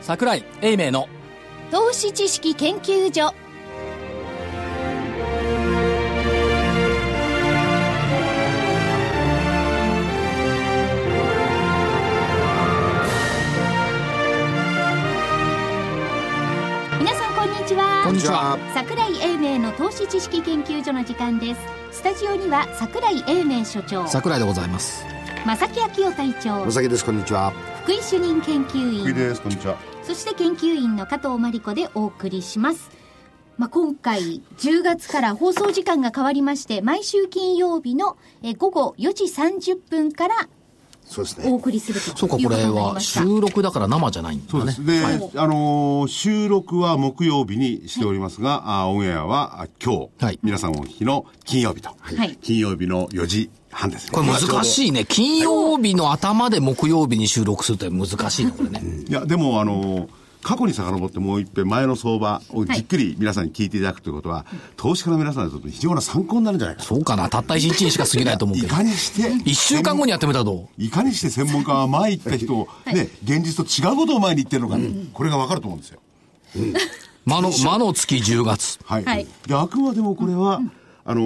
桜井英明の投資知識研究所皆さんこんにちはこんにちは桜井英明の投資知識研究所の時間ですスタジオには桜井英明所長桜井でございます正木昭夫隊長野崎ですこんにちは福井主任研究員福井ですこんにちはそして研究員の加藤真理子でお送りします。まあ、今回10月から放送時間が変わりまして、毎週金曜日のえ午後4時30分からそうですおね送りするというそうかこことれになりはました。収録だから生じゃないんだそうねです。で、あのー収録は木曜日にしておりますが、あーオンエアはあ今日、はい皆さんお聞きの金曜日と、い金曜日の4時半ですね。これ難い。しいね金曜日の頭で木曜日に収録するって難しいねこれねいや、でもあのー過去に遡ってもう一遍前の相場をじっくり皆さんに聞いていただくということは、投資家の皆さんにとって非常な参考になるんじゃないかと。そうかなたった1日にしか過ぎないと思ういけどかにして、 1週間後にやってみたらどういかにして専門家は前行った人を、ね、現実と違うことを前に言ってるのか、これがわかると思うんですよ。魔の魔の月10月はい。はいで、あくまでもこれは、あの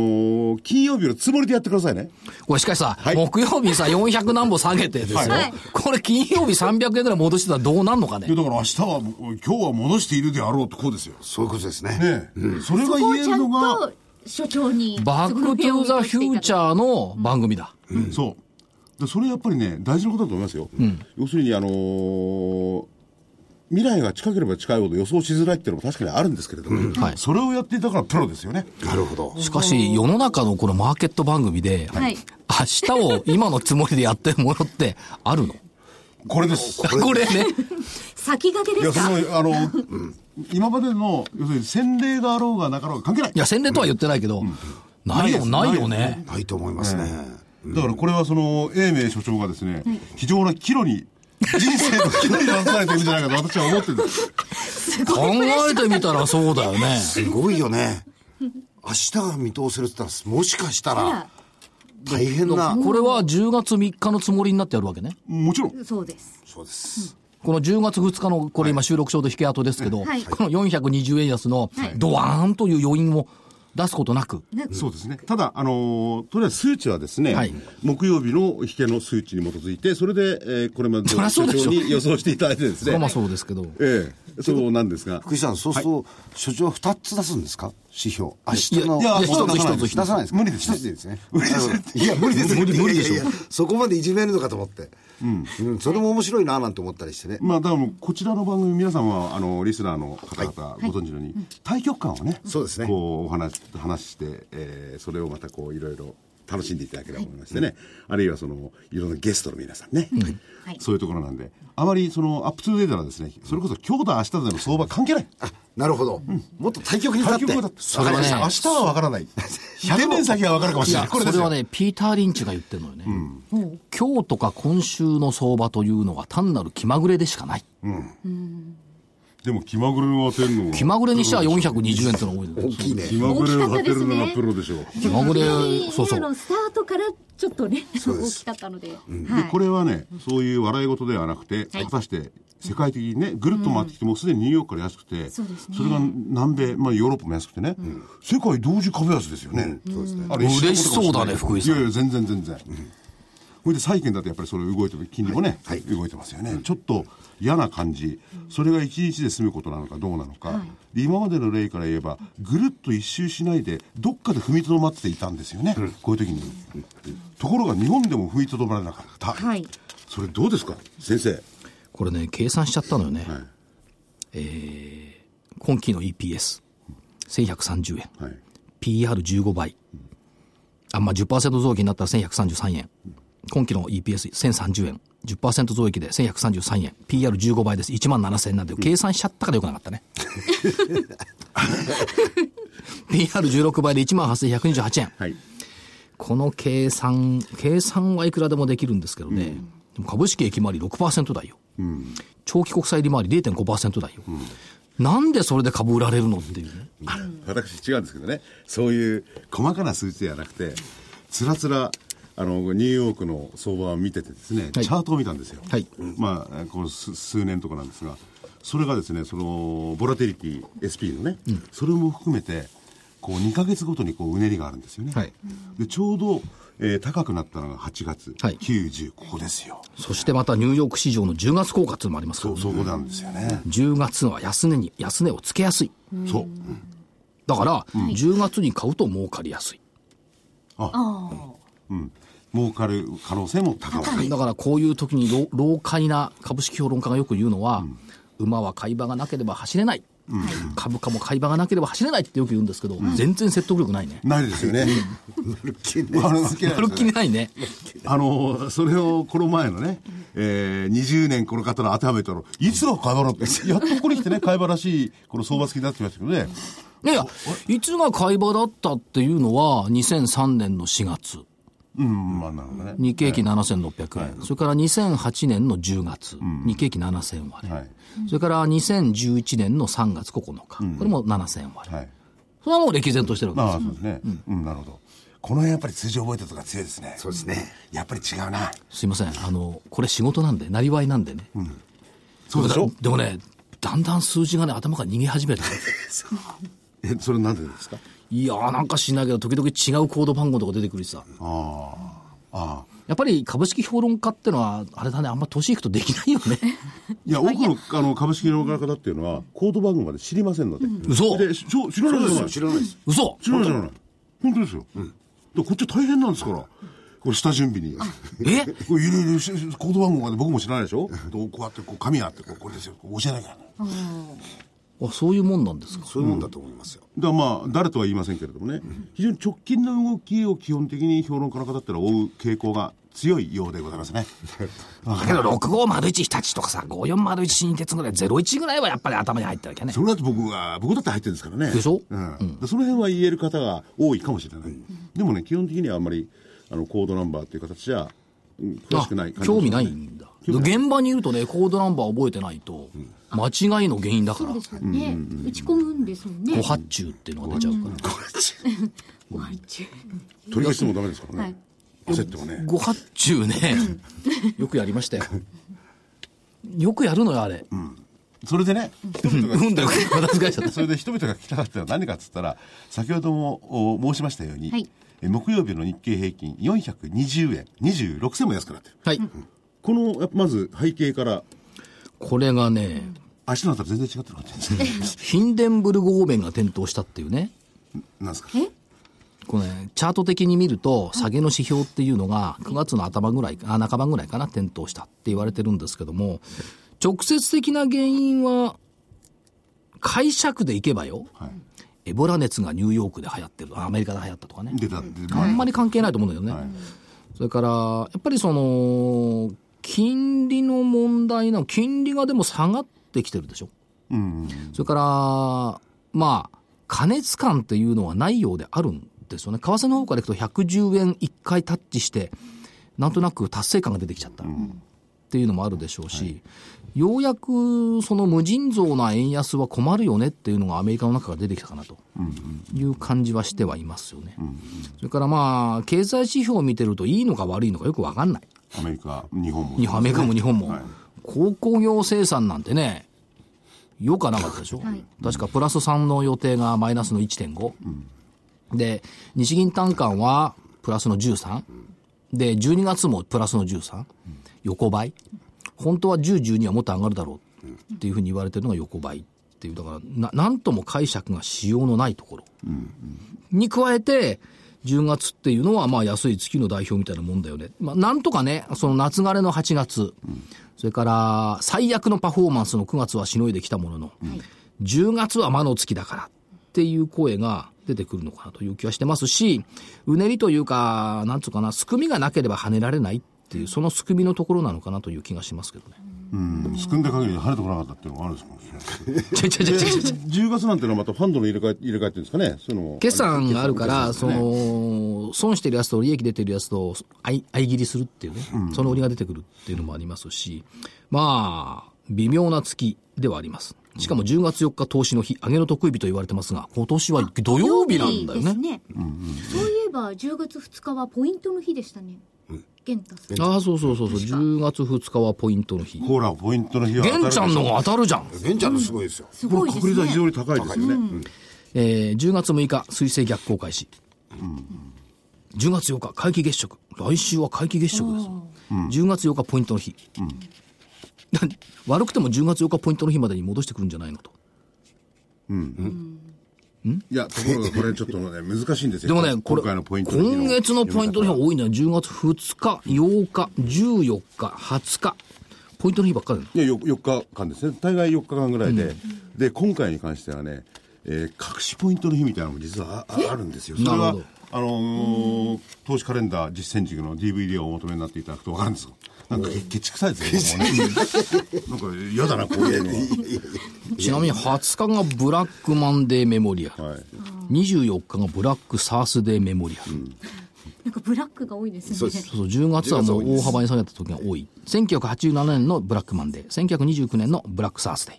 ー金曜日のつもりでやってくださいね。これしかしさ、はい木曜日さ、400何本下げてですよ。はいこれ金曜日300円ぐらい戻してたらどうなんのかいやね。だから明日は、今日は戻しているであろうとこうですよ。そういうことですねねえ、それがこう言えちゃるのんが、と所長に。バックトゥーザフューチー。ャーの番組だ。うんそう。でそれやっぱりね、大事なことだと思いますよ。要するに、あのー未来が近ければ近いほど予想しづらいっていうのも確かにあるんですけれども、はいそれをやっていたからプロですよね。なるほどしかし、世の中のこのマーケット番組で、はい明日を 今のつもりでやってるものってあるのこれです。これね。先駆けいでや、すそかの、あの、今までの、要するに洗礼があろうがなかろうが関係ないい。や、洗礼とは言ってないけど、ないよ、なないいですよね。ないと思いますね、だからこれはその英明所長がですね、非常な岐路に人生の岐路に出されてるんじゃないかと私は思ってるんです考えてみたらそうだよ ね。すごいよね明日が見通せるって言ったらもしかしたら大変なこれは10月3日のつもりになってやるわけね。もちろんそうです。そうですこの10月2日の、これ今収録ちょうど引け跡ですけど、はいこの420円安のドワーンという要因を出すことなく、そうですねただあのーとりあえず数値はですね、はい木曜日の引けの数値に基づいてそれで、えーこれまでそりゃそうでしょ所長に予想していただいてですそれはまあねそうですけど、ええそうなんですが福井さんそうすると、所長は2つ出すんですか指標明日のいやいや一つ一つ出さない一つ出さないですか無理です一つでいいですねいや無理です無理無理でしょいやいやいやそこまでいじめるのかと思ってうん、それも面白いななんて思ったりしてねまあ、だからもうこちらの番組、皆さんは、あの、リスナーの方々、ご存知のように、対局観をね、そうですねこう、お話、話して、えーそれをまた、こう、いろいろ楽しんでいただければと思いましてね、あるいは、その、いろんなゲストの皆さんね、はいそういうところなんで、あまり、その、アップトゥーデータはですね、それこそ、今日だ、明日だの相場関係ない。あなるほど、もっと対局に立っ対て局はだって、れはね明日はわか らない。100年先はわかるかもいしれなやい。これそですれはよ。ね、ピーター・リンチが言ってるのよね、今日とか今週の相場というのは単なる気まぐれでしかない、でも、気まぐれを当てるの気まぐれにしては420円ってのが多いのよ大きいね気まぐれ大を当てるのきかったですがねプロでしょう。気まぐれ今、そうそうの、スタートからちょっとね、う大ですきかったので。ではいこれはね、そういう笑い事ではなくて、はい果たして世界的にね、ぐるっと回ってきて、もうすでにニューヨークから安くて、そうですねれが南米、まあヨーロッパも安くてね、世界同時株安ですよね。そうですね。あれ嬉しそうだね一緒のことか福も井しさんれないいやいや、全然全然。これで債券だとやっぱりそれ動いてる、金利もね、動いてますよね。ちょっと嫌な感じ。それが一日で済むことなのかどうなのか。で今までの例から言えば、ぐるっと一周しないで、どっかで踏みとどまっていたんですよね。こういう時に。ところが日本でも踏みとどまらなかった。はい。それどうですか先生これね、計算しちゃったのよね、はいえー今期の EPS、1130円、はい PR15 倍。あ、まあ、10%増益になったら1133円。今期の EPS1030 円。10%増益で1133円。PR15 倍です。1万7000円なんで、計算しちゃったからよくなかったね。PR16 倍で1万8128円。はいこの計算、計算はいくらでもできるんですけどね。でも株式益回り6%台よ。長期国債利回り0.5%台よ。なんでそれで株売られるのっていうね。 私違うんですけどねそういう細かな数字ではなくてつらつらあのニューヨークの相場を見ててですね、はいチャートを見たんですよ、はいまあこの数数年とかなんですがそれがですね、その、ボラテリティ SP のね、それも含めて、こう、2ヶ月ごとにこう、うねりがあるんですよね。はいで、ちょうど、えー高くなったのが8月、はい9、10、ここですよ。そしてまたニューヨーク市場の10月効果というのもありますかそらう、そこなんですよね。 10月は安値に、安値をつけやすい。そう。だから、10月に買うと儲かりやすい。うん。儲かる可能性も高まる。だからこういう時に老老快な株式評論家がよく言うのは、馬は買い場がなければ走れない、株価も買い場がなければ走れないってよく言うんですけど、全然説得力ないね。ないですよね。あ 丸のわけないまるっですきよねりないね。あの、それをこの前のね、えー、20年この方の当てはめたの、いつが 買い場なんて、やっとここに来てね、買い場らしい、この相場付きになってきましたけどね。いやいや、いつが買い場だったっていうのは、2003年の4月、うん、まあなるほどね。日経平均7600円、それから2008年の10月、日経平均7000割れ、はい。それから2011年の3月9日、これも7000割れ、はい。それはもう歴然としてるわけですよまあ、そうですね。うん、なるほど。この辺やっぱり数字覚えたとか強いですね。そうですね。やっぱり違うな。すいません、あの、これ仕事なんで、なりわいなんでね。そうでしょだでもね、だんだん数字がね、頭から逃げ 始めた。え、それなんでですかいやー、なんか知んないけど、時々違うコード番号とか出てくるしさ。ああ。ああ。やっぱり株式評論家ってのは、あれだね、あんま年いくとできないよ ね。いや、多くのあの株式の方っていうのは、コード番号まで知りませんので。嘘で、しょ知らないそうでですすよ。よ知らないです。嘘知らないじゃない。本当ですよ。だからこっち大変なんですから。これ下準備に。えこれいろいろしコード番号まで僕も知らないでしょどうこうやってこう紙あってこうこれですよ。こう教えなきゃならない。あ、そういうもんなんですか。そういうもんだと思いますよ。だからまあ誰とは言いませんけれどもね、非常に直近の動きを基本的に評論家の方ってのは追う傾向が強いようでございますね。だけど、6501日立とかさ、5401新鉄ぐらい、01ぐらいはやっぱり頭に入ってるわけねそ。れだって僕は、僕だって入ってるんですからね。でしょうん。その辺は言える方が多いかもしれない。でもね、基本的にはあんまり、あの、コードナンバーっていう形じゃ、うん詳しくない感あじが興し味まなすいねんだ。現場にいるとね、コードナンバー覚えてないと、間違いの原因だかそらうで、すよね。打ち込むんですもんねご。発注っていうのが出ちゃうから。ご発注。取り返してもダメですからね。はい焦ってもね。ご発注ね、よくやりましたよ。よくやるのよ、あれ。それでね、人々がうんだよ、私がしちゃっそれで人々が聞きたかったのは何かっつったら先ほどもお申しましたように、はいえ木曜日の日経平均420円26銭も安くなってるた。はい。このやっぱまず背景からこれがね、足のあたり全然違ってる感じです ねヒンデンブルグ方面が点灯したっていうね。なんですかこれね、チャート的に見ると、下げの指標っていうのが、9月の頭ぐらい、あ、半ばぐらいかな、点灯したって言われてるんですけども、直接的な原因は、解釈でいけばよ、エボラ熱がニューヨークで流行ってる、あアメリカで流行ったとかね。出たって、あんまり関係ないと思うんだよね。それから、やっぱりその、金利の問題なの、金利がでも下がってきてるでしょ。うんそれから、まあ、過熱感っていうのはないようであるんですよね。為替の方からいくと110円1回タッチして、なんとなく達成感が出てきちゃった。っていうのもあるでしょうし、ようやくその無尽蔵な円安は困るよねっていうのがアメリカの中から出てきたかなという感じはしてはいますよね。それからまあ、経済指標を見てるといいのか悪いのかよくわかんない。アメリカ日本も日本アメリカも日本も、はい鉱工業生産なんてね、よかなかったでしょ、はい確かプラス3の予定がマイナスの1.5、で、日銀短観はプラスの13、で、12月もプラスの13、横ばい、本当は10、12はもっと上がるだろうっていうふうに言われてるのが横ばいっていう、だからな、なんとも解釈がしようのないところ。に加えて、10月っていうのは、まあ、安い月の代表みたいなもんだよね。まあ、なんとかね、その夏枯れの8月、それから、最悪のパフォーマンスの9月はしのいできたものの、10月は魔の月だからっていう声が出てくるのかなという気はしてますし、うねりというか、なんつうかな、すくみがなければ跳ねられないっていう、そのすくみのところなのかなという気がしますけどね。うんすくんだ限り晴れてこなかったっていうのがあるんですもんね ちょちょちょちょちょ10月なんてのはまたファンドの入れ替え入れ替えっていうんですかねそういうのも決算があるから、決そ算ですねの、損してるやつと利益出てるやつと相相切りするっていうね、その売りが出てくるっていうのもありますし、まあ、微妙な月ではあります。しかも10月4日投資の日、上げの得意日と言われてますが、今年は土曜日なんだよ土曜ね。日ですそういえば10月2日はポイントの日でしたね。玄太さん。ああ、そうそうそうそう。10月2日はポイントの日。ほら、ポイントの日は当たる玄でしちょゃんのが当たるじゃん。ベンチャーのすごいですよ。すこごれいで確す率は非常ね。に高いですよね。うんえー10月6日、水星逆行開始。10月8日、皆既月食。来週は皆既月食ですよ。10月8日、ポイントの日。悪くても10月8日、ポイントの日までに戻してくるんじゃないのと。いや、ところがこれちょっとね、 難しいんですでよ。もね、これ、今回のポイント日今月のポイントの日は読み方多いのは10月2日、8日、14日、20日。ポイントの日ばっかりなの。いや、よ4日間ですね。大概4日間ぐらいで。で、今回に関してはね、えー隠しポイントの日みたいなのも実はああるんですよ。それなるはほど、あのー投資カレンダー実践塾の DVD をお求めになっていただくと分かるんですよ。なんか、けけちくさいですね。 もうねなんか、嫌だな、こういうのは。ちなみに20日がブラックマンデーメモリアル。はい24日がブラックサースデーメモリアル。なんかブラックが多いですね。そうですそうそう、10月はもう大幅に下げた時が多い。1987年のブラックマンデー、1929年のブラックサースデー。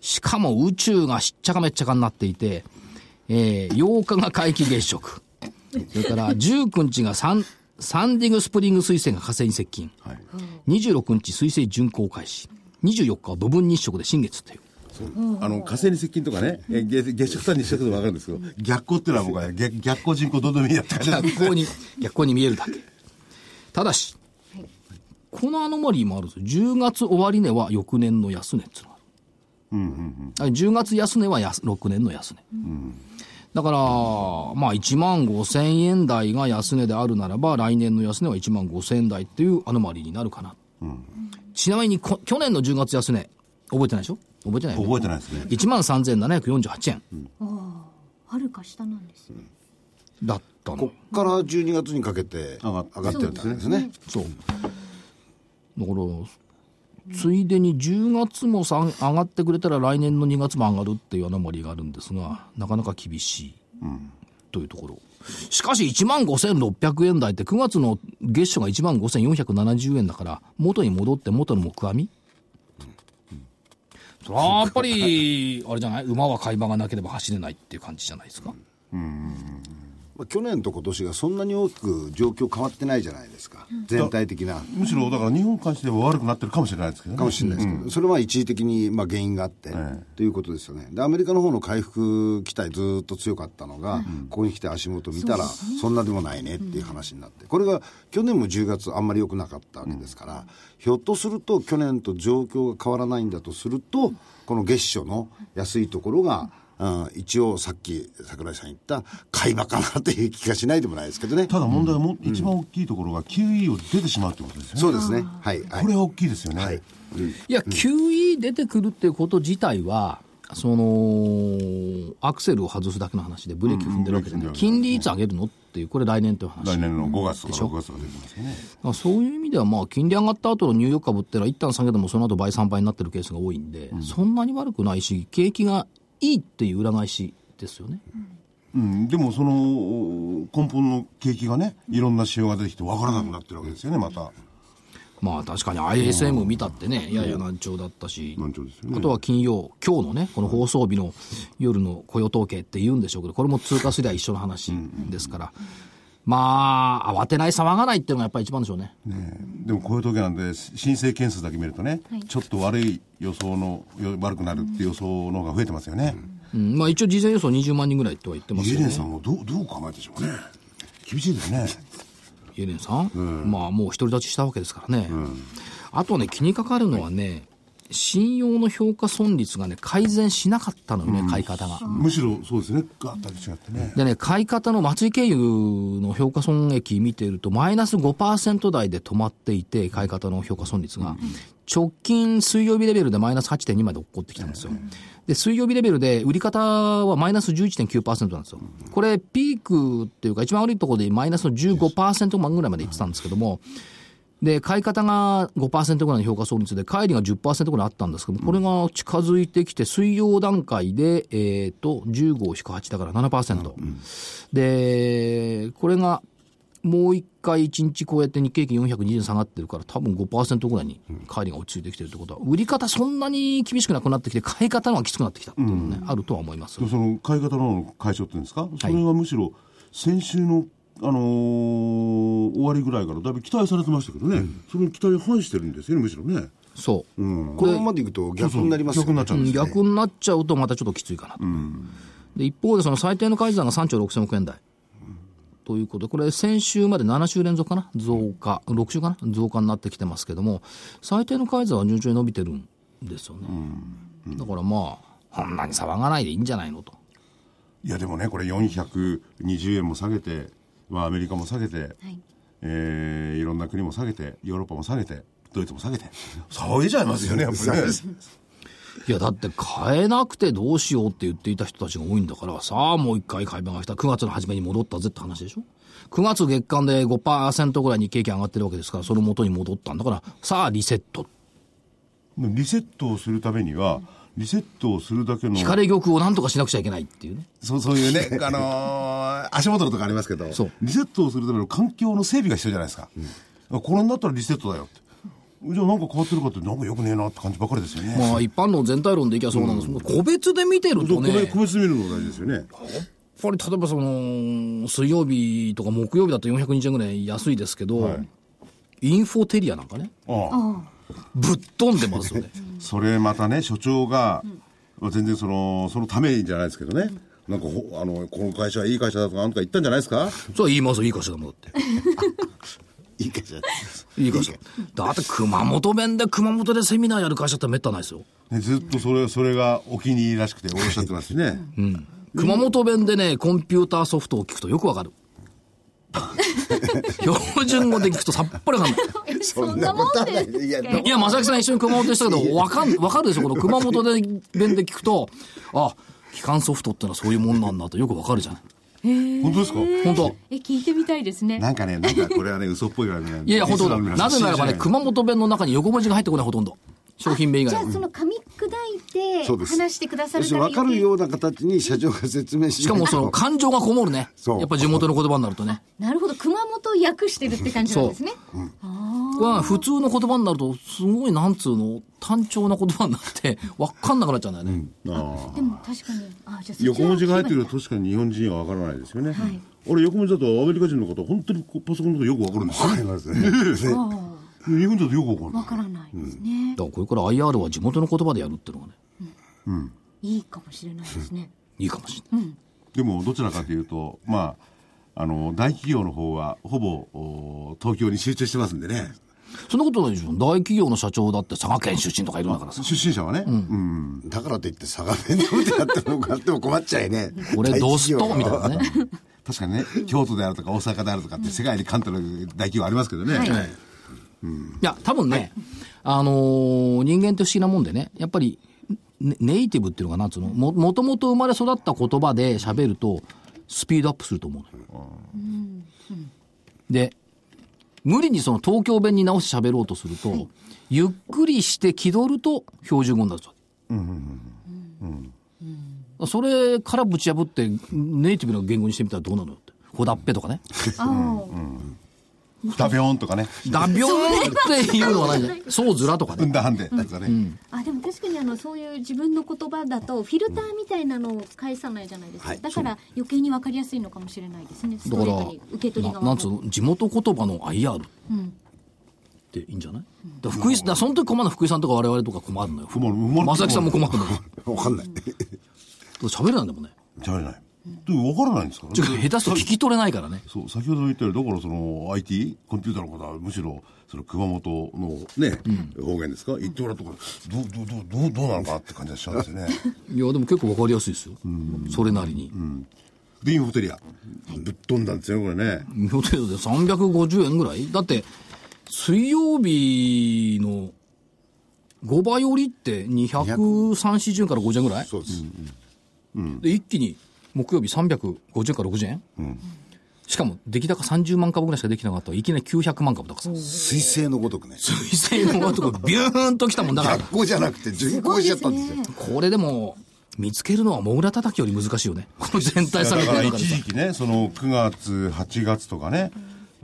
しかも宇宙がしっちゃかめっちゃかになっていて、えー、8日が皆既月食。それから19日がサン、サンディングスプリング彗星が火星に接近。はい26日彗星巡航開始。24日は部分日食で新月という。あの火星に接近とかね、え月月食さんにしてくと分かるんですけど、逆光っていうのは僕は逆逆光人口どんどん見えやった感じなんで逆 す光に、逆光に見えるだけ。ただし、このアノマリーもあるんですよ。10月終値は翌年の安値っていうのがある。あれ10月安値は安6年の安値。だから、まあ1万5千円台が安値であるならば、来年の安値は1万5千円台っていうアノマリーになるかな。ちなみにこ、去年の10月安値、覚えてないでしょ覚えてないよ、ね、覚えてないですね。 1万3748円はるか下なんですね。だったの。こっから12月にかけて上上がっがってるんですね。そう。だから、ついでに10月もさん上がってくれたら来年の2月も上がるっていうアノマリーがあるんですが、なかなか厳しい。というところ。しかし1万5600円台って9月の月初が1万5470円だから、元に戻って元の木阿弥それはやっぱり、あれじゃない馬は買い場がなければ走れないっていう感じじゃないですか。まあ、去年と今年がそんなに大きく状況変わってないじゃないですか。全体的な。むしろだから日本に関しては悪くなってるかもしれないですけどね。かもしれないですけど、それは一時的にまあ原因があって、ということですよねでアメリカの方の回復期待ずーっと強かったのが、ここに来て足元見たらそんなでもないねっていう話になって、これが去年も10月あんまり良くなかったわけですから、ひょっとすると去年と状況が変わらないんだとすると、この月初の安いところが、うん一応さっき桜井さん言った買い場かなという気がしないでもないですけどねただ問題はも、う一番大きいところが QE を出てしまうってことですよね。そうですねはい、はいこれは大きいですよね。はい、いや、QE 出てくるってこと自体は、その、アクセルを外すだけの話で、ブレーキ踏んでるわけじゃない。うんブレーキ踏金んでるわけ利いつ上げるのっていう、これ来年という話。来だか年の5月とか6月が出てますよね。らそういう意味では、まあ、金利上がった後のニューヨーク株ってのは、一旦下げてもその後倍3倍になってるケースが多いんで、そんなに悪くないし、景気がいいっていう裏返しですよね。うん、でもそのお根本の景気がね、いろんな仕様が出てきて分からなくなってるわけですよね、また。まあ確かに ISM 見たってね、やや難聴だったし、難聴ですよねあとは金曜、今日のね、この放送日の夜の雇用統計って言うんでしょうけど、これも通貨水では一緒の話ですから、まあ、慌てない、騒がないっていうのがやっぱり一番でしょうね。ねえでもこういう時なんで申請件数だけ見るとね、ちょっと悪い予想のよ悪くなるっていう予想の方が増えてますよね、うん、まあ一応事前予想20万人ぐらいとは言ってますイエよレねン。さんもどうどう考えてしょうね厳しいですねイエレンさん、まあもう独り立ちしたわけですからね、あとね気にかかるのはね、信用の評価損率がね改善しなかったのよね、買い方が、むしろそうですねガッタリ違ってねでね、買い方の松井経由の評価損益見ていると、マイナス5%台で止まっていて、買い方の評価損率が、直近水曜日レベルでマイナス8.2まで落っこってきたんですよ。で、水曜日レベルで売り方はマイナス11.9%なんですよ。これ、ピークっていうか、一番悪いところでマイナスの15%ぐらいまでいってたんですけども、で、買い方が5%ぐらいの評価総率で、帰りが10%ぐらいあったんですけど、これが近づいてきて、水曜段階で、えっ、と、15を引く8だから7%。で、これが、もう一回一日こうやって日経平均420円下がってるから多分5%ぐらいに帰りが落ち着いてきてるってことは、売り方そんなに厳しくなくなってきて、買い方の方がきつくなってきたっていうのね、あるとは思いますで。その買い方の解消っていうんですか、それはむしろ先週のあのー終わりぐらいからだいぶ期待されてましたけどね、その期待に反してるんですよねむしろねそう、このままでいくと逆になりますよ、ね、そうそう逆になっちゃうんです逆になっちゃうとまたちょっときついかなと、で一方でその最低の改ざんが3兆6000億円台ということでこれ先週まで7週連続かな増加6週かな増加になってきてますけども最低の改ざんは順調に伸びてるんですよね、だからまあこんなに騒がないでいいんじゃないのといやでもねこれ420円も下げて、まあ、アメリカも下げて、いえーいろんな国も下げてヨーロッパも下げてドイツも下げて騒いじゃいますよねやっ ぱりねいやだって買えなくてどうしようって言っていた人たちが多いんだからさあもう一回買い場が来た9月の初めに戻ったぜって話でしょ9月月間で5%ぐらいに景気上がってるわけですからその元に戻ったんだからさあリセットでもリセットをするためにはリセットをするだけの光玉をなんとかしなくちゃいけないっていうねそうそういうね、 あのー足元のとかありますけどそうリセットをするための環境の整備が必要じゃないですか、これになったらリセットだよってじゃあなんか変わってるかってなんかよくねえなって感じばっかりですよね、まあ一般論全体論でいきゃそうなんですけど、個別で見てるとこねれ個別で見るのが大事ですよねやっぱり例えばその水曜日とか木曜日だと420円ぐらい安いですけど、はいインフォテリアなんかねああぶっ飛んでますよねそれまたね所長が、まあ全然そのそのためにじゃないですけどね、なんかほあのこの会社はいい会社だとかなんとか言ったんじゃないですかそれは言いますよいい会社だもんだっていい会社いい会社だって熊本弁で熊本でセミナーやる会社ってめったにないですよねずっとそれそれがお気に入りらしくておっしゃってますね、熊本弁でねコンピューターソフトを聞くとよくわか る標準語で聞くとさっぱりわかんないそんなもんはでいいやいや、正木さん一緒に熊本でしたけど、わかん、わかるでしょこの熊本で、弁で聞くと、あ、機関ソフトってのはそういうもんなんだとよくわかるじゃない。本当ですか本当え聞いてみたいですねなんかねなんかこれはね嘘っぽいからねいやいや、本当だ。リスナーの皆なさんぜならばね、信じ熊本弁の中に横文字が入ってこない、ほとんど。商品名以じゃ外あは。その噛み砕いてそうです話してくださ要るすたるめに分にかるような形に社長が説明ししかもそのの感情がこもるね。そうやっぱ地元の言葉になるとね。なるほど熊本を訳してるって感じなんですねこれは普通の言葉になると、すごいなんつうの、単調な言葉になって、わかんなくなっちゃうんだよね。でも確かにあじゃあそっちの横文字が入って方るがと確かに日本人はわからないですよね、はい俺横文字だとアメリカ人の方本当にこうパソコンのことよくわかるんですよ、ありますねね日本人だとよくわかるわからないですね、だからこれから IR は地元の言葉でやるっていうのがね、いいかもしれないですねいいかもしれない。でもどちらかというとまああの大企業の方はほぼお東京に集中してますんでねそんなことないでしょ。大企業の社長だって佐賀県出身とかいるんだから さ。出身者はね、うんだからといって差が弁当であっても買っても困っちゃいね俺どうすとみたいなね。確かにね京都であるとか大阪であるとかって世界に関東の大企業ありますけどね、はいいや、多分ね、あのー人間って不思議なもんでね、やっぱり、ねネイティブっていうのがなんつうのも、もともと生まれ育った言葉で喋ると、スピードアップすると思うのよ。で、無理にその東京弁に直して喋ろうとすると、ゆっくりして気取ると標準語になるぞ。それからぶち破って、ネイティブの言語にしてみたらどうなのよって。ほだっぺとか ね。ああダビョーンとかねだびょーっていうのはないじゃない。そうずらとかねうん。だはんでとかね、あでも確かにあのそういう自分の言葉だとフィルターみたいなのを返さないじゃないですか、だから余計に分かりやすいのかもしれないですねスだかトレートに受け取らりな側なもんつうの地元言葉の IR っていいんじゃない、だから福井だからその時困るの福井さんとか我々とか困るのよ困る困る正木さんも困るのよ 分かんない喋れないんだもんね喋れないでも分からないんですからちょっと下手すと聞き取れないからねそう先ほど言ったようにだからその IT コンピューターの方はむしろその熊本のね、方言ですか言ってもらうとこどうどうどうどうどうなのかって感じがしちゃうんですよねいやでも結構わかりやすいですよ、それなりに、でインフォテリアぶっ飛んだんですよねこれね予定で350円ぐらいだって水曜日の5倍折りって230円から50円ぐらいそうですで一気に木曜日350から60円、しかも出来高30万株ぐらいしかできなかったらいきなり900万株だからさ彗星のごとくね水星のとこビューンときたもんだから学校じゃなくて巡行しちゃったんですよこれでも見つけるのはモグラ叩きより難しいよねこの全体下げていやだからる中で一さ時期ねその9月8月とかね、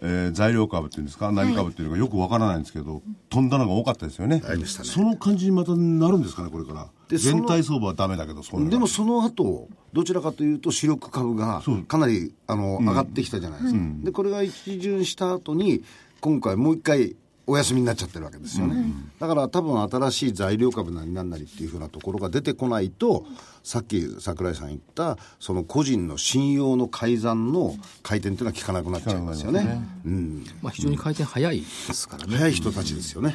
えー材料株っていうんですか何株っていうのがよくわからないんですけど、飛んだのが多かったですよねりましたねその感じにまたなるんですかねこれからで全体相場はダメだけどそんなでもその後どちらかというと主力株がかなりあの上がってきたじゃないですか、でこれが一巡した後に今回もう一回お休みになっちゃってるわけですよね、だから多分新しい材料株なりなんなりっていうふうなところが出てこないとさっき櫻井さん言ったその個人の信用の改ざんの回転っていうのは効かなくなっちゃいますよねうん、まあ、非常に回転早いですからね、早い人たちですよね、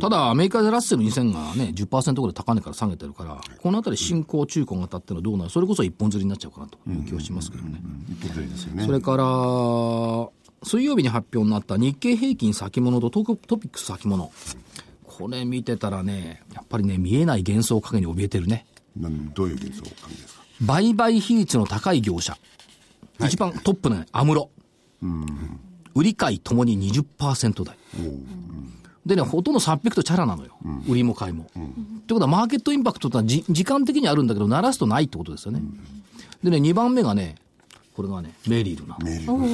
ただ、アメリカでラッセル2000がね、10%ぐらい高値から下げてるから、このあたり、新興、中古型っていうのはどうなる、それこそ一本釣りになっちゃうかなという気はしますけどね。一本釣りですよねそれから、水曜日に発表になった日経平均先物とトクトピックス先物。これ見てたらね、やっぱりね、見えない幻想影に怯えてるね。なんどういう現象感じですか売買比率の高い業者。一番トップのアムロ。売り買いともに20%台。でね、ほとんど300とチャラなのよ。売りも買いも。ってことは、マーケットインパクトってのはじ時間的にあるんだけど、鳴らすとないってことですよね。でね、2番目がね、これがね、メリルなの。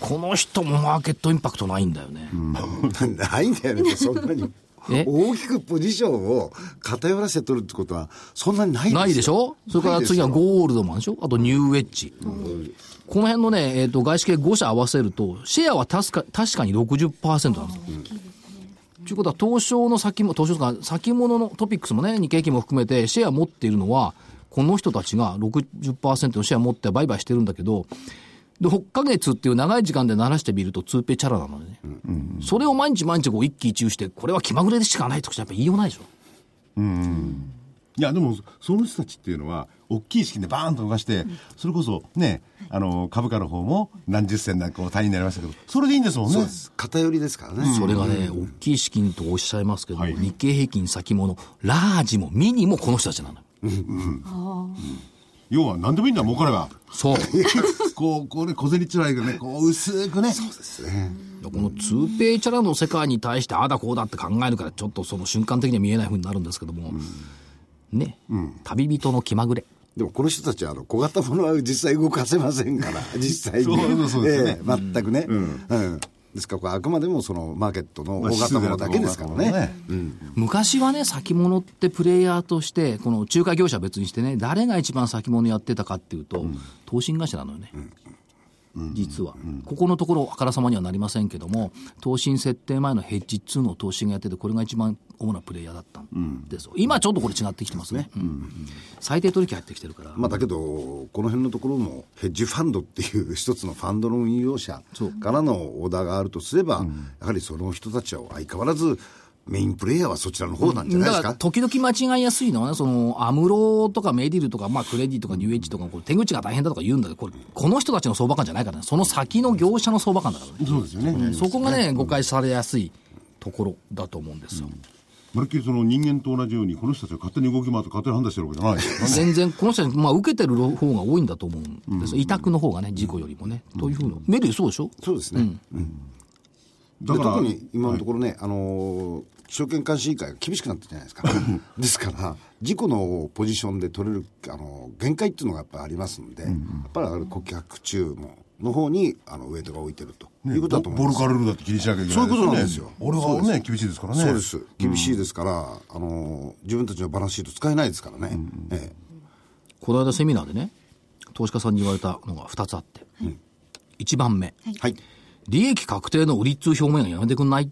この人もマーケットインパクトないんだよね。ないんだ よね、そんなに。え大きくポジションを偏らせて取るってことは、そんなにないですよないでしょそれから次はゴールドマンでしょあとニューウェッジ。この辺のね、えっ、と、外資系5社合わせると、シェアは確か確かに60%なんですよ。ということは、東証の先も、東証とか先物のトピックスもね、日経平均も含めて、シェア持っているのは、この人たちが60%のシェア持って売買してるんだけど、で、6ヶ月っていう長い時間で鳴らしてみると、2ペチャラなのでね。それを毎日毎日こう一喜一憂して、これは気まぐれでしかないとかじゃやっぱ言いようないでしょ。いやでもその人たちっていうのは大きい資金でバーンと動かして、それこそねあの株価の方も何十銭なんかを単位になりましたけどそれでいいんですもんねそうです。偏りですからね。それがね、大きい資金とおっしゃいますけども、日経平均先物、ラージもミニもこの人たちなのよ。要は何でもいいんだ儲かればそう。 こうこうね小銭ちらいがねこう薄くねそうですねこの通ペイチャラの世界に対して、ああだこうだって考えるから、ちょっとその瞬間的には見えない風になるんですけども、ね、旅人の気まぐれ。でもこの人たちはあの小型物は実際動かせませんから、実際に。そうそうですねええ全くね。うんですからこれあくまでもそのマーケットの大型物だけですからね。昔はね、先物ってプレイヤーとして、この仲介業者は別にしてね、誰が一番先物やってたかっていうと、投信会社なのよね。実は、ここのところ、あからさまにはなりませんけども、投信設定前のヘッジっつうのを投信がやってて、これが一番主なプレイヤーだったんですよ、今ちょっとこれ違ってきてますね、うん最低取引入ってきてるから、まあだけど、この辺のところもヘッジファンドっていう一つのファンドの運用者からのオーダーがあるとすれば、やはりその人たちは相変わらずメインプレイヤーはそちらの方なんじゃないでだか。すから時々間違いやすいのはね、そのアムロとかメディルとか、まあ、クレディとかニューエッジとか、これ手口が大変だとか言うんだけど、これ、この人たちの相場感じゃないからね、その先の業者の相場感だからね、そうですよね、そこがね、誤解されやすいところだと思うんですよ。まるっきりその人間と同じようにこの人たちが勝手に動き回って勝手に判断してるわけじゃないですよ全然、この人たち、まあ、受けてる方が多いんだと思うんですよ、委託の方がね、事故よりもね、というふうな、メリーそうでしょ、そうですね。だでから特に今のところね、あのー証券監視委員会が厳しくなったじゃないですか。 ですから、事故のポジションで取れる、あのー限界っていうのがやっぱりありますので、やっぱりあの顧客注文の方に、あの、ウェイトが置いてるということだと思いボまルす。カルルールだって気にしなきゃいけないそういうことなんですよ俺はね厳しいですからねそうです。厳しいですから、あのー自分たちのバランスシート使えないですからね。えこの間セミナーでね、投資家さんに言われたのが2つあって、1番目、えはい。利益確定の売りっつう表明がやめてくんない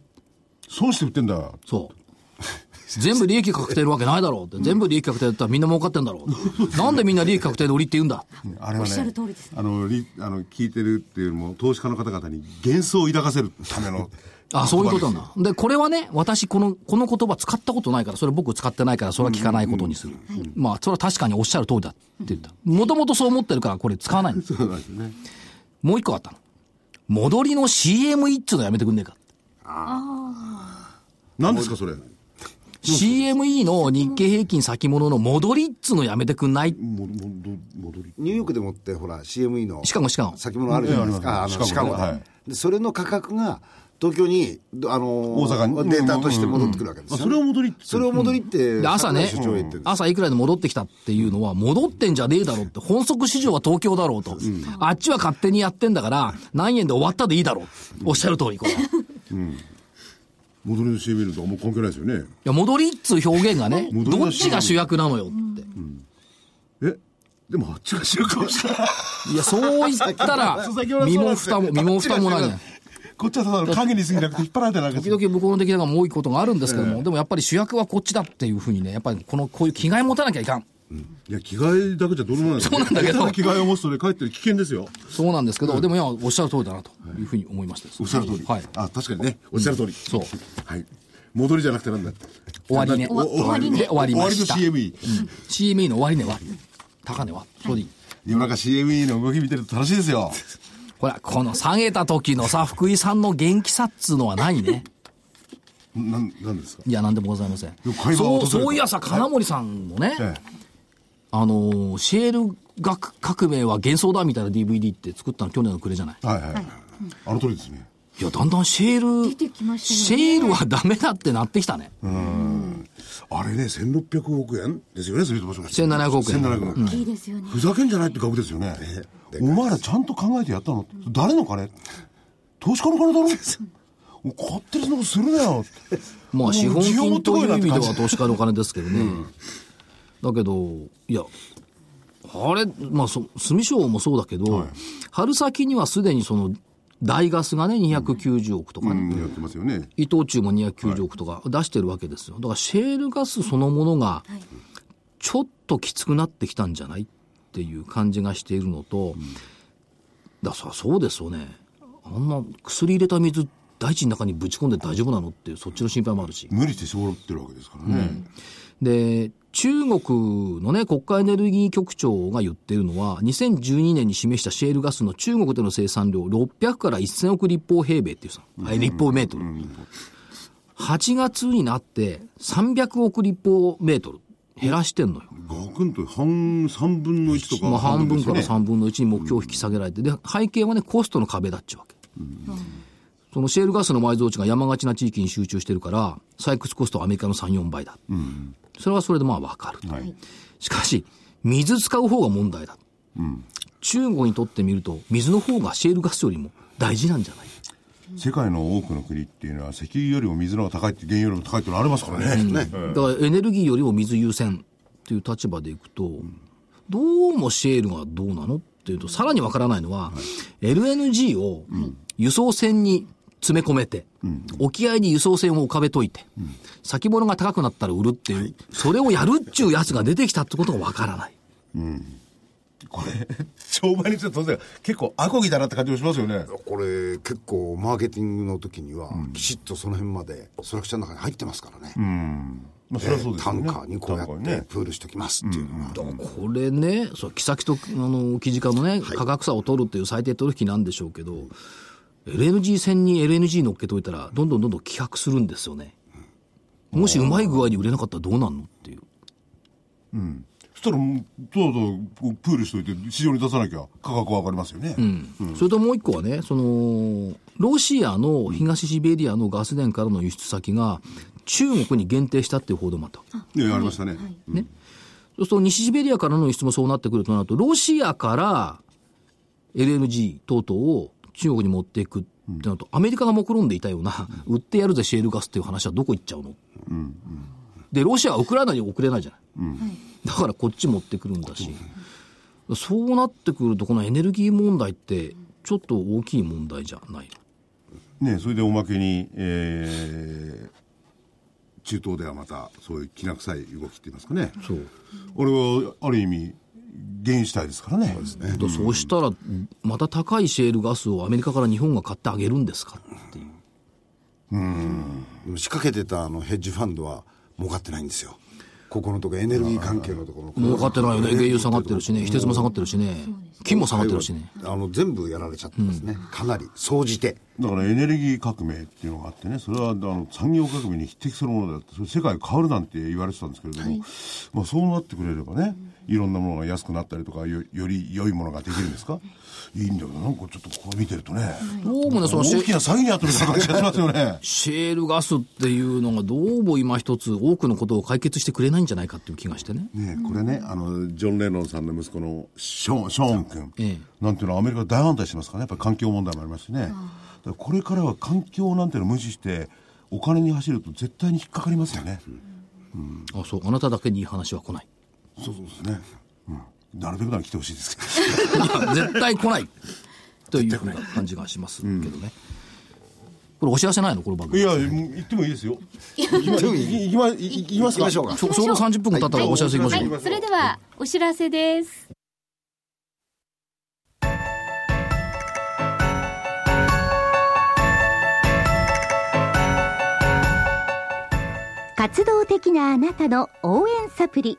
そうして売ってんだそう。全部利益確定るわけないだろうって。全部利益確定だったらみんな儲かってんだろう。なんでみんな利益確定で売りって言うんだ。あれおはねっしゃる通りですあのりあの聞いてるっていうよりも投資家の方々に幻想を抱かせるためのあ、そういうことなんだ。で、これはね、私、この、この言葉使ったことないから、それ僕使ってないから、それは聞かないことにする。まあ、それは確かにおっしゃる通りだって言った。もともとそう思ってるから、これ使わないんです。そうなんですねもう一個あったの。戻りの CM 一っつうのやめてくんねえか。何ですかそれ CME の日経平均先物の戻りっつうのやめてくんないももど戻りニューヨークでもって、ほら、CME の。しかもしかも。先物あるじゃないですうんか、あのシシカカゴねゴははいでそれの価格が東京に、どあのー大阪にデータとして戻ってくるわけですあよ、それを戻りってそれを戻りって、で朝ね桜井所長が言ってるん、です朝いくらで戻ってきたっていうのは、戻ってんじゃねえだろって、本則市場は東京だろうと、あっちは勝手にやってんだから、何円で終わったでいいだろう、おっしゃる通り、これは。戻りの CB のとあんま関係ないですよね。や、戻りっつう表現がね、戻りどっのちが主役なのよって。えでもあっちが知るかもしれ ない。いや、そう言った ら、身も蓋も、身も蓋もないじゃない。こっちはただ影に過ぎなくて引っ張られてなんか時々向こうの敵だがも多いことがあるんですけども、でもやっぱり主役はこっちだっていうふうにね、やっぱりこの、こういう気概持たなきゃいかん。いや、着替えだけじゃどうにもないそうなんだけどた着替えを持つとね、帰ってる危険ですよ。そうなんですけど、でもいや、おっしゃる通りだなというふうに思いました。おっしゃる通り。はい。あ、確かにね。おっしゃる通り。そうはい。戻りじゃなくてなんだ終わりね。おお終わりねで終わりました。終わりの CME。 CME の終わりねは、高値は、それでいい。夜中 CME の動き見てると楽しいですよ。ほら、この下げた時のさ、福井さんの元気さっつうのはない ね。なん、なんですかいや、なんでもございませんでも会。話はそ訪れう、たそういやさ、金森さんもね、えあのー、シェール学革命は幻想だみたいな DVD って作ったの去年の暮れじゃない。え。はいはいはい。あの通りですね。いや、だんだんシェール、出てきましたシよねェールはダメだってなってきたね。あれね、1600億円ですよね、住友商事。 1700億円1700億円。いいですよねふざけんじゃないって額ですよね。お前らちゃんと考えてやったの誰の金投資家の金だろお勝手にそんなことするなよ。まあ、資本需要持金ってとこいいうな意って味で感じは投資家のお金ですけどね。だけど、いや、あれ、まあ、そ住所もそうだけど、はい春先にはすでにその、大ガスがね、290億とかね。うん、やってますよね。伊藤忠も290億とか出してるわけですよ。だからシェールガスそのものが、ちょっときつくなってきたんじゃないっていう感じがしているのと、だからそうですよね。あんな薬入れた水、大地の中にぶち込んで大丈夫なのっていう、そっちの心配もあるし。無理して絞ってるわけですからね。で、中国のね、国家エネルギー局長が言っているのは、2012年に示したシェールガスの中国での生産量600から1000億立方平米っていうさ、あ立方メートル。8月になって300億立方メートル減らしてんのよ。ガクンと半、三分の一とか。まあ半分ですかよらね3分の1に目標を引き下げられて、で、背景はね、コストの壁だっちゅうわけ。そのシェールガスの埋蔵地が山がちな地域に集中してるから、採掘コストはアメリカの3、4倍だ。それはそれでまあわかると。はい。しかし、水使う方が問題だ。中国にとってみると、水の方がシェールガスよりも大事なんじゃない世界の多くの国っていうのは石油よりも水の方が高いって原油よりも高いっていうのありますからね。ねだからエネルギーよりも水優先という立場でいくと、どうもシェールがどうなのっていうと、さらにわからないのは、LNG を輸送船に詰め込めて、沖合に輸送船を浮かべといて、先物が高くなったら売るっていう、それをやるっちゅうやつが出てきたってことがわからない。これ、商売にして当然、結構アコギだなって感じもしますよね。これ結構マーケティングの時にはきちっとその辺までストラクチャーの中に入ってますからね、まあ、それはそうですタよね。ンカーにこうやタっンカーにてねプールしときますっていうのが、これね、そう、木先と、あの、記事化のね、価格差を取るっていう最低取引なんでしょうけど、LNG 船に LNG 乗っけといたら、どんどんどんどん希薄するんですよね。もしうまい具合に売れなかったらどうなんのっていう。そしたらもう、どうぞこうプールしといて、市場に出さなきゃ価格は上がりますよね。それともう一個はね、その、ロシアの東シベリアのガス田からの輸出先が、中国に限定したっていう報道もあった。いや、ありましたね。そうすると西シベリアからの輸出もそうなってくるとなると、ロシアから LNG 等々を中国に持っていくってなると、アメリカが目論んでいたような、売ってやるぜシェールガスっていう話はどこ行っちゃうの、で、ロシアはウクライナに送れないじゃない。だからこっち持ってくるんだし、そうなってくると、このエネルギー問題って、ちょっと大きい問題じゃないねそれでおまけに、えー中東ではまたそういうきな臭い動きって言いますかねの。そう。俺はある意味原油主体ですからねとそうしたら、また高いシェールガスをアメリカから日本が買ってあげるんですかっていう。でも仕掛けてたあのヘッジファンドは儲かってないんですよここのとこエネルギー関係のところ儲かってないよね。原油下がってるしね。非鉄も下がってるしね。金も下がってるしね。あの全部やられちゃってますね、かなり総じてだからエネルギー革命っていうのがあってねそれはあの産業革命に匹敵するものだってそれ世界を変わるなんて言われてたんですけれども、まあ、そうなってくれればねいろんなものが安くなったりとかよより良いものができるんですかいいんだけどなんかちょっとこう見てるとね、どうもね、そのシ大きェな詐欺にあってるような感じがします よねシェールガスっていうのがどうも今一つ多くのことを解決してくれないんじゃないかっていう気がしてね。ねえこれねあのジョン・レノンさんの息子のショーンショーン君、えなんていうのはアメリカ大反対してますからねやっぱり環境問題もありますしねだからこれからは環境なんていうのを無視してお金に走ると絶対に引っかかりますよね、あそうあなただけにいい話は来ないそうそうですね、うん、なるべくなら来てほしいですけどいや絶対来ないというふうな感じがしますけどね、これお知らせないのこの番 い組や、行ってもいいですよ。行きま、行きま行きすか。ましょうかちょちょうど30分も経ったからお知らせいきましょう、はい、それではお知らせ です。活動的なあなたの応援サプリ。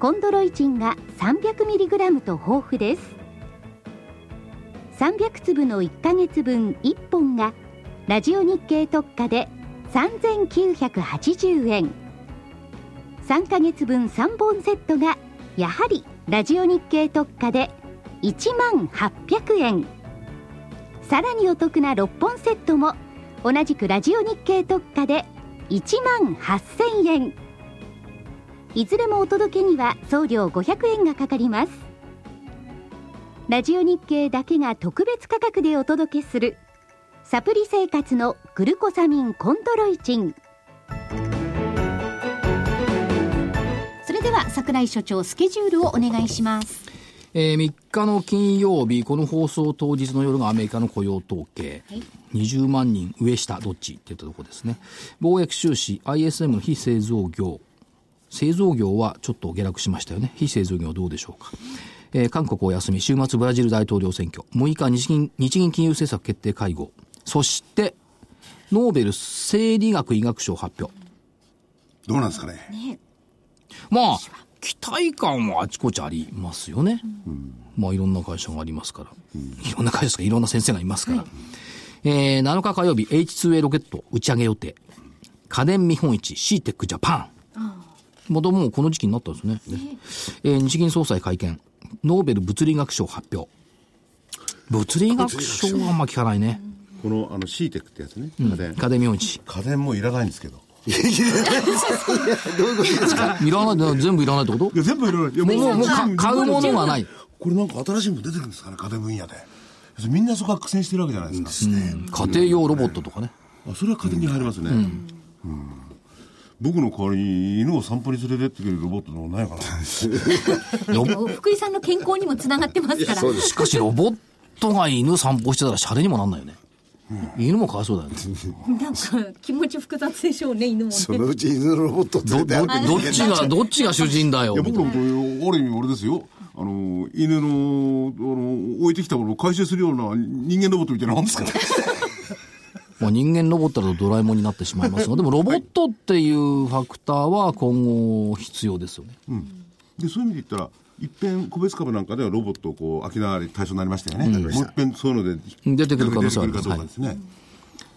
コンドロイチンが 300mg と豊富です300粒の1ヶ月分1本がラジオ日経特価で3980円3ヶ月分3本セットがやはりラジオ日経特価で1万800円さらにお得な6本セットも同じくラジオ日経特価で1万8000円いずれもお届けには送料500円がかかりますラジオ日経だけが特別価格でお届けするサプリ生活のグルコサミンコンドロイチンそれでは桜井所長スケジュールをお願いしますえー3日の金曜日、この放送当日の夜がアメリカの雇用統計。20万人上下どっちっていったとこですね。貿易収支、ISM の非製造業。製造業はちょっと下落しましたよね。非製造業はどうでしょうか。えー韓国お休み、週末ブラジル大統領選挙。6日日銀、日銀金融政策決定会合。そして、ノーベル生理学医学賞発表。どうなんですかね。まあ、期待感はあちこちありますよね。まあ、いろんな会社がありますから。いろんな会社ですか、いろんな先生がいますから。えー、7日火曜日、H2A ロケット打ち上げ予定。家電見本市、シーテックジャパン。またもうこの時期になったんですね。えー日銀総裁会見。ノーベル物理学賞発表。物理学賞はあんま聞かないね。この、あの、シーテックってやつね。家電。家電見本市。家電もいらないんですけど。いらないな、全部いらないってこといや、全部いらない。いや、もう、もうか全部買うものがない。これなんか新しいもの出てるんですかね、家電分野で。みんなそこは苦戦してるわけじゃないです家か。庭用ロボットとかね。あそれは家電に入りますね。うん僕の代わりに犬を散歩に連れてってくれるロボットでもないかな。ロ福井さんの健康にもつながってますからそうですしかしロボットが犬散歩してたらシャレにもなんないよね。犬もかわいそうだよね。なんか気持ち複雑でしょうね犬もそのうち犬のロボットをど、連れて歩どいてどっちが、どっちが主人だよ。いや、み僕たいのなこと、ある意味俺ですよ。あの、犬の、あの、置いてきたものを回収するような人間ロボットみたいなもんですから。まあ、人間ロボットだとドラえもんになってしまいますが、でもロボットっていうファクターは今後必要ですよね。でそういう意味で言ったら一遍個別株なんかではロボットをこう商い対象になりましたよね、もう一遍そういうので出てくる可能性はあ出りてくまるすかどうかですね、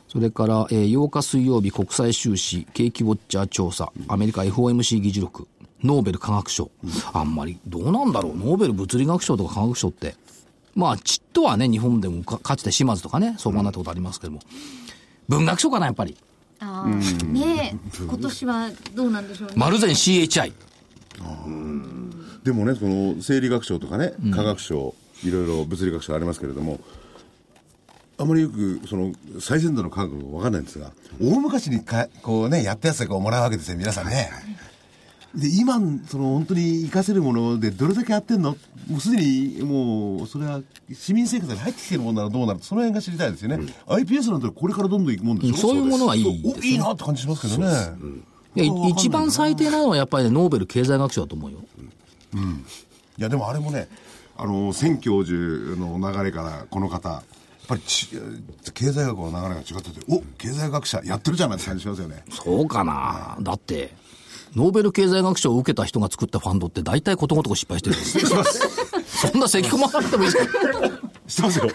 それから、えー8日水曜日国際収支、景気ウォッチャー調査、アメリカ FOMC 議事録、ノーベル科学賞。あんまり、どうなんだろう、ノーベル物理学賞とか科学賞って。まあ、ちっとはね、日本でもかかつて島津とかね、相場になったことありますけども。文学賞かな、やっぱり。ああねえ今年はどうなんでしょうね丸善 CHI。でもねその生理学賞とかね科学賞、いろいろ物理学賞ありますけれどもあまりよくその最先端の科学が分かんないんですが大昔にかこうねやったやつでこうもらうわけですよ皆さんね、で今その本当に活かせるものでどれだけやってんのもうすでにもうそれは市民生活に入ってきてるものならどうなるその辺が知りたいですよね、iPS なんてこれからどんどんいくもんでしょそういうものはいいそうですおですねいいなって感じしますけどねいやこれは分かんないな一番最低なのはやっぱりね、ノーベル経済学賞だと思うよ。いやでもあれもねあの選教授の流れからこの方やっぱりち経済学の流れが違っててお経済学者やってるじゃないって感じしますよねそうかな。だって、ノーベル経済学賞を受けた人が作ったファンドって大体ことごと く失敗してるんです。そんな咳込まなくてもいいじゃん。してますよ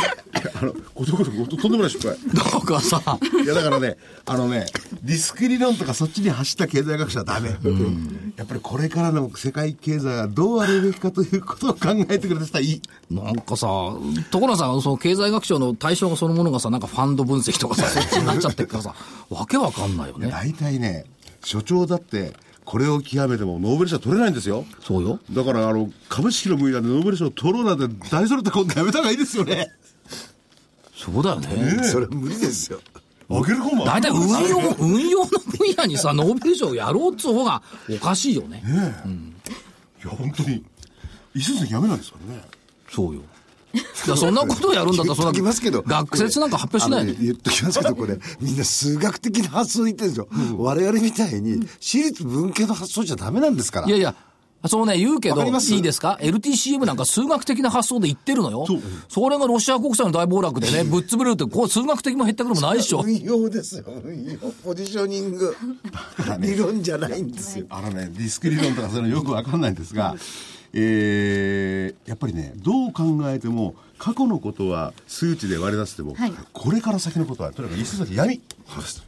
あの、ごとごとごと、とんでもない失敗。どうかさ、いやだからね、あのね、リスク理論とかそっちに走った経済学者はダメ。やっぱりこれからの世界経済がどうあるべきかということを考えてくれた人はいい。なんかさ、所さん、その経済学賞の対象そのものがさ、なんかファンド分析 とかさ、そっちになっちゃってるからさ、わけわかんないよね。大体ね、所長だって、これを極めてもノーベル賞取れないんですよ。そうよ。だから、あの、株式の分野でノーベル賞取ろうなんて大それたことやめた方がいいですよね。そうだよね。それは無理ですよ。 あげるかも。大体運用、運用の分野にさ、ノーベル賞やろうっつう方がおかしいよね。いや、本当に。石津さんやめないですからね。そうよ。だ からそんなことをやるんだったら、そんな言っときますけど。学説なんか発表しないあのでね。言っときますけど、これ、みんな数学的な発想言ってるんですよ。我々みたいに、私立文系の発想じゃダメなんですから。いやいや、そうね、言うけわど、かりますいいですか ?LTCM なんか数学的な発想で言ってるのよ。それがロシア国債の大暴落でね、ぶっ潰れるって、こう数学的も減ったくるもないでしょ。運用ですよ、運用。ポジショニング。理論じゃないんですよ。あのね、リスク理論とかそういうのよくわかんないんですが、えーやっぱりね、どう考えても、過去のことは数値で割り出しても、はいこれから先のことは、とにかく一切先闇。そうです。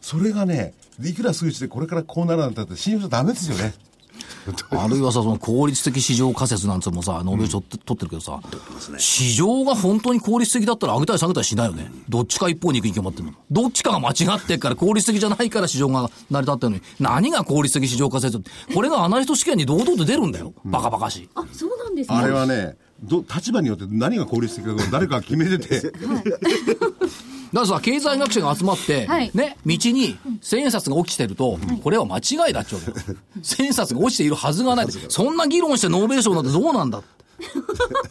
それがね、いくら数値でこれからこうなるなんて信用しちゃダメですよね。あるいはさ、その効率的市場仮説なんつうのもさ、ノーベル賞って取ってるけどさ、市場が本当に効率的だったら上げたり下げたりしないよね。どっちか一方に行くに決まってるの。どっちかが間違ってっから効率的じゃないから市場が成り立ってるのに、何が効率的市場仮説ってこれがアナリスト試験に堂々と出るんだよ。バカバカしい。あ、そうなんですね。あれはね、ど立場によって何が効率的かを誰かが決めて て、だからさ、経済学者が集まって、はいね、道に千円札が落ちてると、これは間違いだっちゅうのよ。千円札が落ちているはずがない。そんな議論してノーベル賞なんてどうなんだって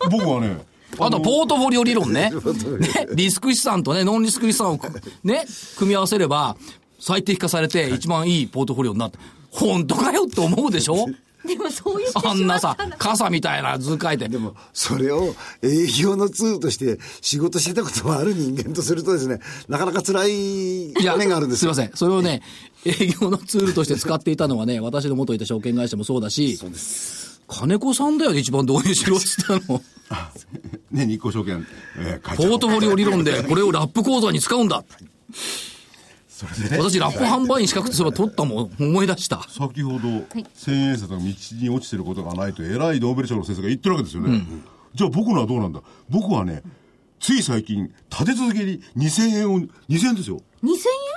僕はね、あと、 ポートフォリオ理論ね。ね、リスク資産とね、ノンリスク資産をく、ね、組み合わせれば、最適化されて一番いいポートフォリオになって、本当かよって思うでし ょでもそういうあんな さ、傘みたいな図書いて。でも、それを営業のツールとして仕事してたこともある人間とするとですね、なかなか辛い面があるんですいよ。ません。それをね、営業のツールとして使っていたのはね、私の元いた証券会社もそうだし、金子さんだよね、一番導入しろっつった の。 ね、日光証券、えー会ポ長ートフォリオ理論で、これをラップ講座に使うんだ。それでね、私、ラップ販売員資格ってそういえば取ったもん、思い出した。先ほど、千円札が道に落ちてることがないと偉いノーベル賞の先生が言ってるわけですよね、じゃあ僕のはどうなんだ僕はねつい最近立て続けに2000円を2000円ですよ2000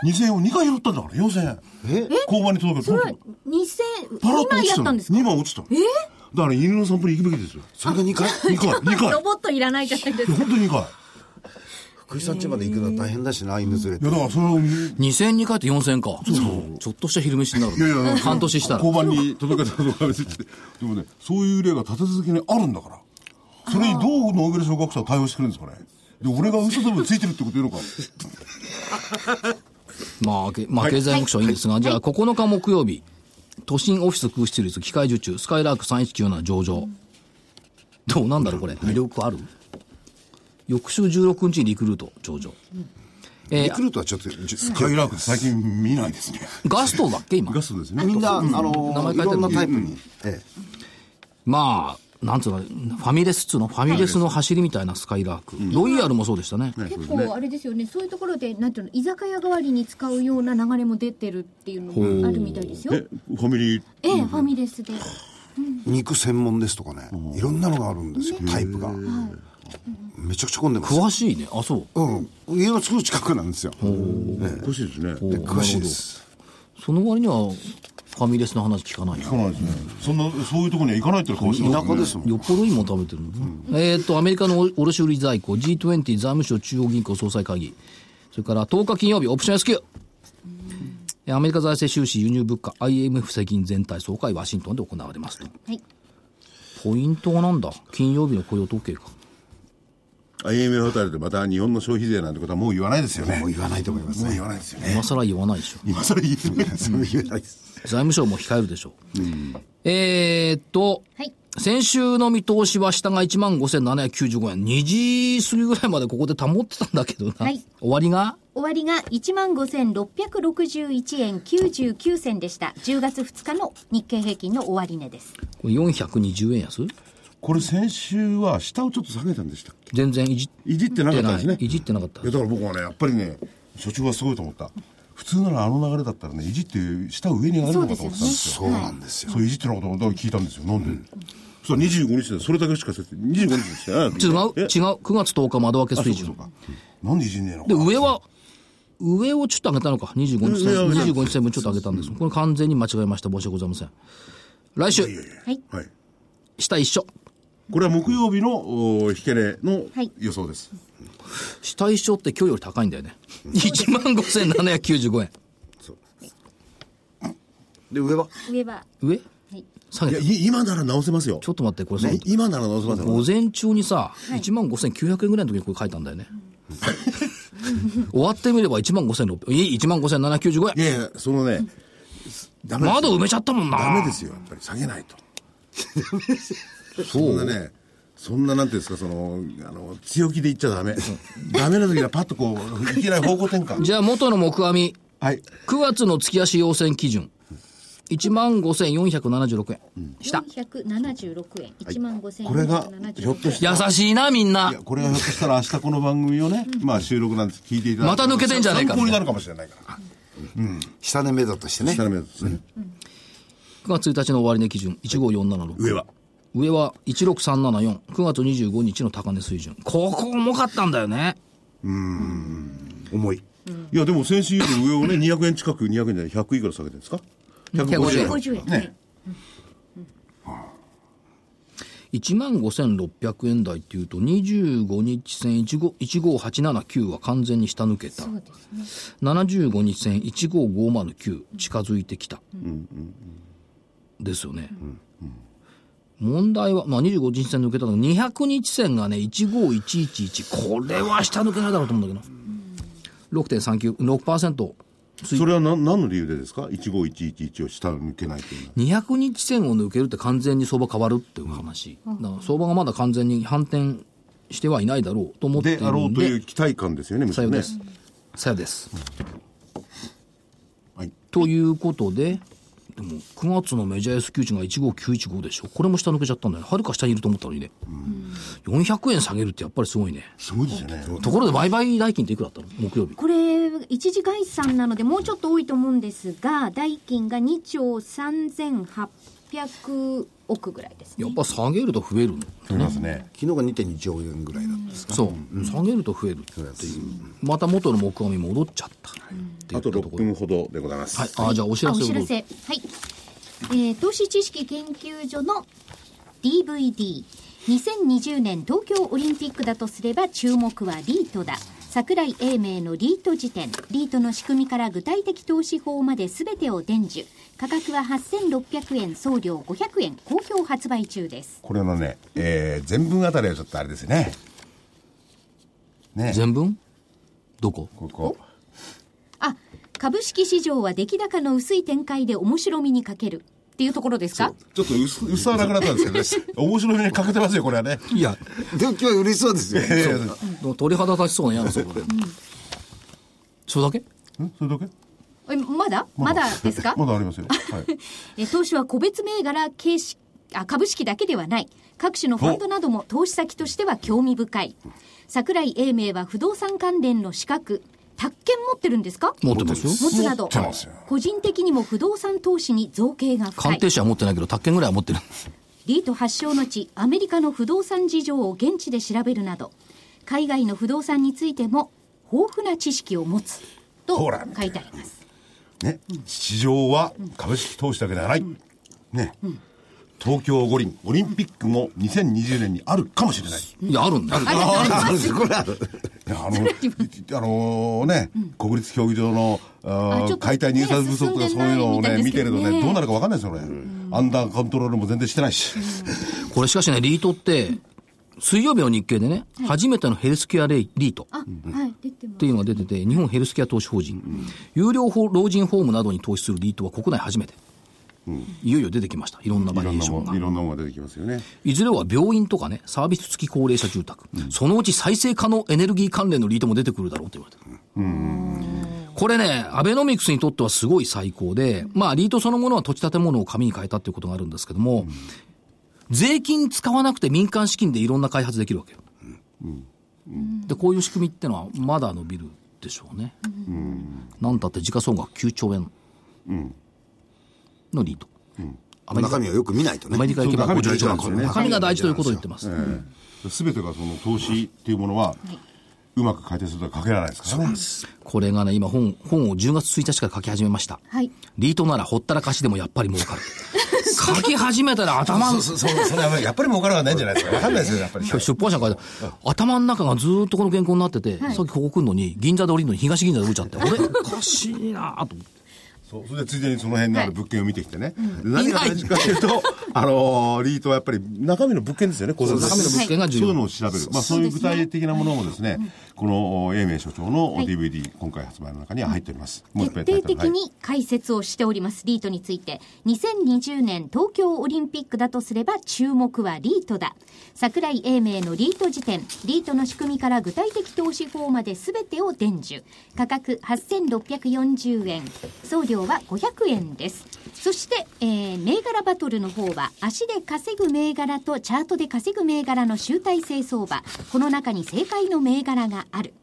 2000円を2回拾ったんだから4000円え交番に届け円るそれは2000、パラッと2落枚ちたやっのたんですか2枚落ちたのだから犬の散歩に行くべきですよそれが2回、 2回2回い ロボットいらないじゃないですやか。本当に2回福井さん家まで行くのは大変だしな、犬連れいてや。だからそれを2000に帰って4000円か。ちょっとした昼飯になる。いやいやなんか半年したら。交番に届けたとか別に言ってでもねそういう例が立て続けにあるんだからそれにどうノーベル賞学者は対応してくれるんですかねで俺が嘘でもついてるってこと言うのかまあ、けまあ、経済目標はいいんですが、じゃあ9日木曜日、都心オフィス空室率、機械受注、スカイラーク3197上場。どうなんだろう、これ。魅力ある翌週16日にリクルート上場。えリークルートはちょっと、じゅスカイラークって最近見ないですねガストだっけ、今ガ。ストですねみんな、あ名の、前い書いてあろるんなタイプに。ええまあ、なんつうの、ファミレスっつうの、ファミレスの走りみたいなスカイラーク。ロイヤルもそうでしたね。結構あれですよね、そういうところで、なんていうの、居酒屋代わりに使うような流れも出てるっていうのがあるみたいですよ。えファミリーええ、ファミレスで。肉専門ですとかね、いろんなのがあるんですよ、タイプが。めちゃくちゃ混んでます。詳しいね。あ、そう。うん。家のすぐ近くなんですよ。欲しいですねで詳しいです。その割には、ファミレスの話聞かないな行かないですねそんなそういうところには行かないってのは顔し田てます舎ですもん。よっぽどいいもん食べてるの、えーっと、アメリカの卸売在庫、G20 財務省中央銀行総裁会議、それから10日金曜日、オプション S q えーアメリカ財政収支、輸入物価、IMF 世銀全体総会、ワシントンで行われますと。はい。ポイントはなんだ金曜日の雇用統計か。 IMF あたりでまた日本の消費税なんてことはもう言わないですよねもう言わないと思いますもうね。言わないです よね今更言わないでしょ。今更言えないですよね言わないです。財務省も控えるでしょう。えーっと、はい。先週の見通しは下が1万5795円。2時過ぎぐらいまでここで保ってたんだけどな。はい終わりが終わりが15,661円99銭でした。10月2日の日経平均の終値です。これ420円安これ先週は下をちょっと下げたんでしたっけ全然いじっいじってなかったですねいじってなかったいやだから僕はねやっぱりね所長はすごいと思った普通ならあの流れだったらねいじって下を上に上がるのかと思ってたんですよそうなんですよ。そういじってなかったのだから聞いたんですよなんで、そしたら25日でそれだけしかせて25日でしたよ違う違うえ9月10日窓開けあそう水かそう準かなんでいじんねえのかで上は上をちょっと上げたのか25日線上上げた25日線分ちょっと上げたんですこれ完全に間違えました申し訳ございません来週はい。はい下一緒これは木曜日のお引け値のはい予想です、下一緒って今日より高いんだ よね1万5795円で、上は上は、上はい。下げいたやちい今なら直せますよょっと待ってこれさね今なら直せます午よ前中にさ、1万5900円ぐらいの時にこれ書いたんだよね 終わってみれば1万5600いい1万5795い円やいやそのねダメです窓埋めちゃったもんなダメですよやっぱり下げないとそんなねそんななんていうんですかそのあの強気で言っちゃダメダメな時はパッとこういきなり方向転換じゃあ元の木阿弥はい9月の月足要線基準1万5476円、下476円。1万5千これがひょっとし優しいなみんないやこれがひょっとしたら明日この番組をね、まあ収録なんて聞いていただまいてた抜けてんじゃねえか参考になるかもしれないから下値目だとしてね下。の目ですね9月1日の終値基準15476上は上は16374 9月25日の高値水準ここ重かったんだよね重い。いやでも先週より上をね200円近く200円じゃない100いくら下げてるんですか150 50円。はいね1万5600円台っていうと25日線15 15879は完全に下抜けた、そうですね。 75日線15509近づいてきた、ですよね、問題は、まあ、25日線抜けたのが200日線がね15111これは下抜けないだろうと思うんだけど6.396%それは何何の理由でですか15111を下抜けないというのは200日線を抜けるって完全に相場変わるっていう話、だから相場がまだ完全に反転してはいないだろうと思っていでるあろんうというで期待感ですよねむしさろよねですさよです、はいということででも9月のメジャー S q 値が15915でしょこれも下抜けちゃったんだよねはるか下にいると思ったのにね、400円下げるってやっぱりすごいねすごいですよねところで売買代金っていくらだったの木曜日これ、一時概算なので、もうちょっと多いと思うんですが、代金が2兆3800億ぐらいですね。やっぱ下げると増えるのそうですね昨日が2.2兆円ぐらいだったんですか。そう、下げると増えるっていうまた元の木阿弥戻っちゃったっていあったとと6ころ分ほどでございます、はい、あーじゃあお知らあせおを知どらうぞせはい、えー投資知識研究所の DVD 2020年東京オリンピックだとすれば注目はリートだ桜井英明のリート辞典リートの仕組みから具体的投資法まで全てを伝授価格は8600円送料500円好評発売中ですこれのね、えー、全文あたりはちょっとあれですねね全文どこここあ株式市場は出来高の薄い展開で面白みに欠けるっていうところですかちょっと薄薄はなくなったんですけどね面白みに欠けてますよこ れはねいやでも今日は嬉しそうですよ。鳥肌立ちそうな嫌なそこで、それだけんそれだけえまだまだですか まだありますよ、はい、え投資は個別銘柄形式あ株式だけではない各種のファンドなども投資先としては興味深い桜井英明は不動産関連の資格宅建持ってるんですか持ってますよ持つなど持ってますよ個人的にも不動産投資に造形が深鑑い定士は持ってないけど宅建ぐらいは持ってるリート発祥の地アメリカの不動産事情を現地で調べるなど海外の不動産についても豊富な知識を持つとほら書いてありますね、市場は株式投資だけではない、ね東京五輪オリンピックも2020年にあるかもしれないいやあるんだありがとうございますこれある。いや あのあのね、国立競技場のああちーょっと解体入札不足とかねそういうのをね進んでない見みてたいですけるどとねねどうなるか分かんないですよね、アンダーカントロールも全然してないし、これしかしねリートって水曜日の日経でね、初めてのヘルスケアレイリートあ、はい出てまっすていうのが出てて日本ヘルスケア投資法人、有料法老人ホームなどに投資するリートは国内初めて、いよいよ出てきましたいろんないバリエろんーなションもがんいろんなものが出てきますよねいずれは病院とかね、サービス付き高齢者住宅、そのうち再生可能エネルギー関連のリートも出てくるだろうって言われてる。これね、アベノミクスにとってはすごい最高で、まあ、リートそのものは土地建物を紙に変えたっていうことがあるんですけども、税金使わなくて民間資金でいろんな開発できるわけよ。で、こういう仕組みってのはまだ伸びるでしょうね。なんたって時価総額9兆円のリート。アメリカ中身はよく見ないとねアメリカ行けばそう中身50兆円大事なんですよね中身が大事ということを言ってます。全てがその投資っていうものは、うまく解定するとは限らないですからね。これがね、今本、本を10月1日から書き始めました。はいリートならほったらかしでもやっぱり儲か る。書き始めたら頭の、そうそうそうそれはやっぱり儲からはないんじゃないですかわかんないですよやっぱり今日出版社から頭の中がずーっとこの原稿になってて、さっきここ来るのに、銀座で降りるのに東銀座で降りちゃって、あれ、おかしいなぁと思って。そうそれでついでにその辺のある物件を見てきてね、で何が大事かというと、 あのーリートはやっぱり中身の物件ですよね、この中身の物件が重そういう要。のを調べる、まあ、そういう具体的なものもですね、この永明所長の DVD、今回発売の中には入っております。もう一回徹タイ底トル的に解説をしております、リートについて2020年東京オリンピックだとすれば注目はリートだ桜井英明のリート辞典リートの仕組みから具体的投資法まで全てを伝授価格8640円送料は500円ですそして、えー銘柄バトルの方は足で稼ぐ銘柄とチャートで稼ぐ銘柄の集大成相場この中に正解の銘柄がある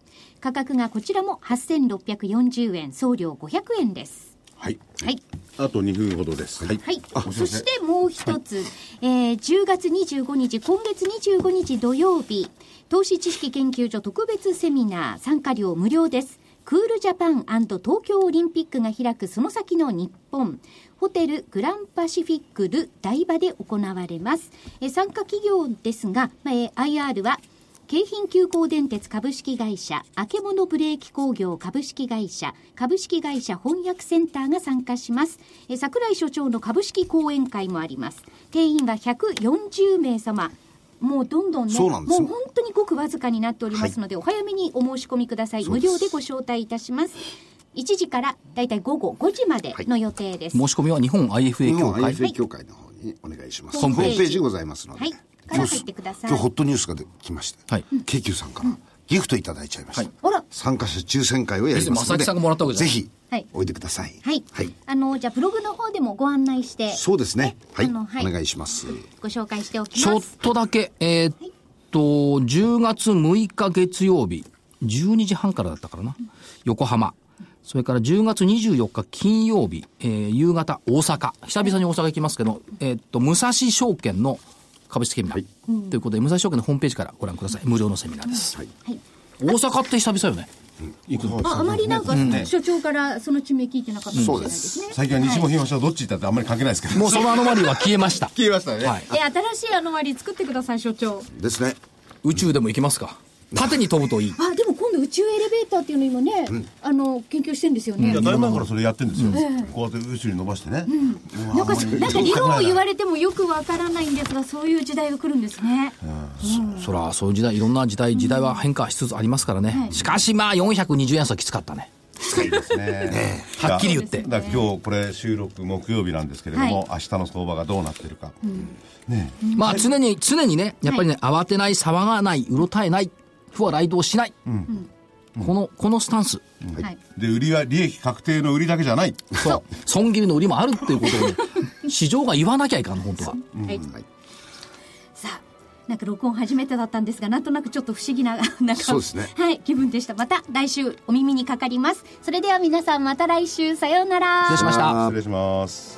価格がこちらも8640円送料500円ですはい、はい、あと2分ほどです。はいはいあ、お知そらせしてもう一つ、えー10月25日今月25日土曜日投資知識研究所特別セミナー参加料無料ですクールジャパン東京オリンピックが開くその先の日本ホテルグランパシフィックル台場で行われます、えー参加企業ですが、まあえー IR は京浜急行電鉄株式会社、あけものブレーキ工業株式会社、株式会社翻訳センターが参加します。えー桜井所長の株式講演会もあります。定員は140名様。もうどんどんね、そうもなんうですよ本当にごくわずかになっておりますので、お早めにお申し込みください。無料でご招待いたします。1時からだいたい午後5時までの予定です。申し込みは日本 IFA 日協本会。 IFA 協会の方にお願いします。ホームペーホジームページございますので。はいから入ってください今日ホットニュースができまして、はい京急さんからギフトいただいちゃいました。はいあら参加者抽選会をやりますの要するに正で、木さんがもらったわけじゃぜないひはい、おいでください。はい、あの、じゃあブログの方でもご案内して、そうですね。はい。あのはいお願いします。ご紹介しておきちょまっす。とだけ、えーっと、10月6日月曜日、12時半からだったからな、横浜。それから10月24日金曜日、えー夕方大阪。久々に大阪行きますけど、えーっと、武蔵証券の株式セミナー。ということで、武蔵証券のホームページからご覧ください。無料のセミナーです。はい大阪って久々よね。ああまりなんか、所長からその地名聞いてなかったかもしれないですね。最近は西も東もどっち行ったってあんまり関係ないですけど、もうそのアノマリーは消えま した。消えましたね、はい。え新しいあの割り作ってください所長。ですね。宇宙でも行きますか。縦に飛ぶといい。あでも今度宇宙エレベーターっていうの今ね、あの研究してんですよね。いやだいぶ前からそれやってるんですよ、こうやって宇宙に伸ばしてね、うわなんかあんまりなんか理論を言われてもよくわからないんですがそういう時代が来るんですね。そら、そういう時代、いろんな時代、時代は変化しつつありますからね。しかし、まあ、420円差きつかったね。ねはっきり言って。だから今日これ収録木曜日なんですけれども、明日の相場がどうなってるか、ねえまあ、常に、常にね、やっぱりね、慌てない、騒がない、うろたえない、不は雷動しない。この、このスタンス。はい。で売りは利益確定の売りだけじゃないそう。損切りの売りもあるっていう ことをね、市場が言わなきゃいかんの、本当は。はい。さあ。なんか録音初めてだったんですがなんとなくちょっと不思議な なんかそうですねはい気分でしたまた来週お耳にかかりますそれでは皆さんまた来週さようなら失礼しました。失礼します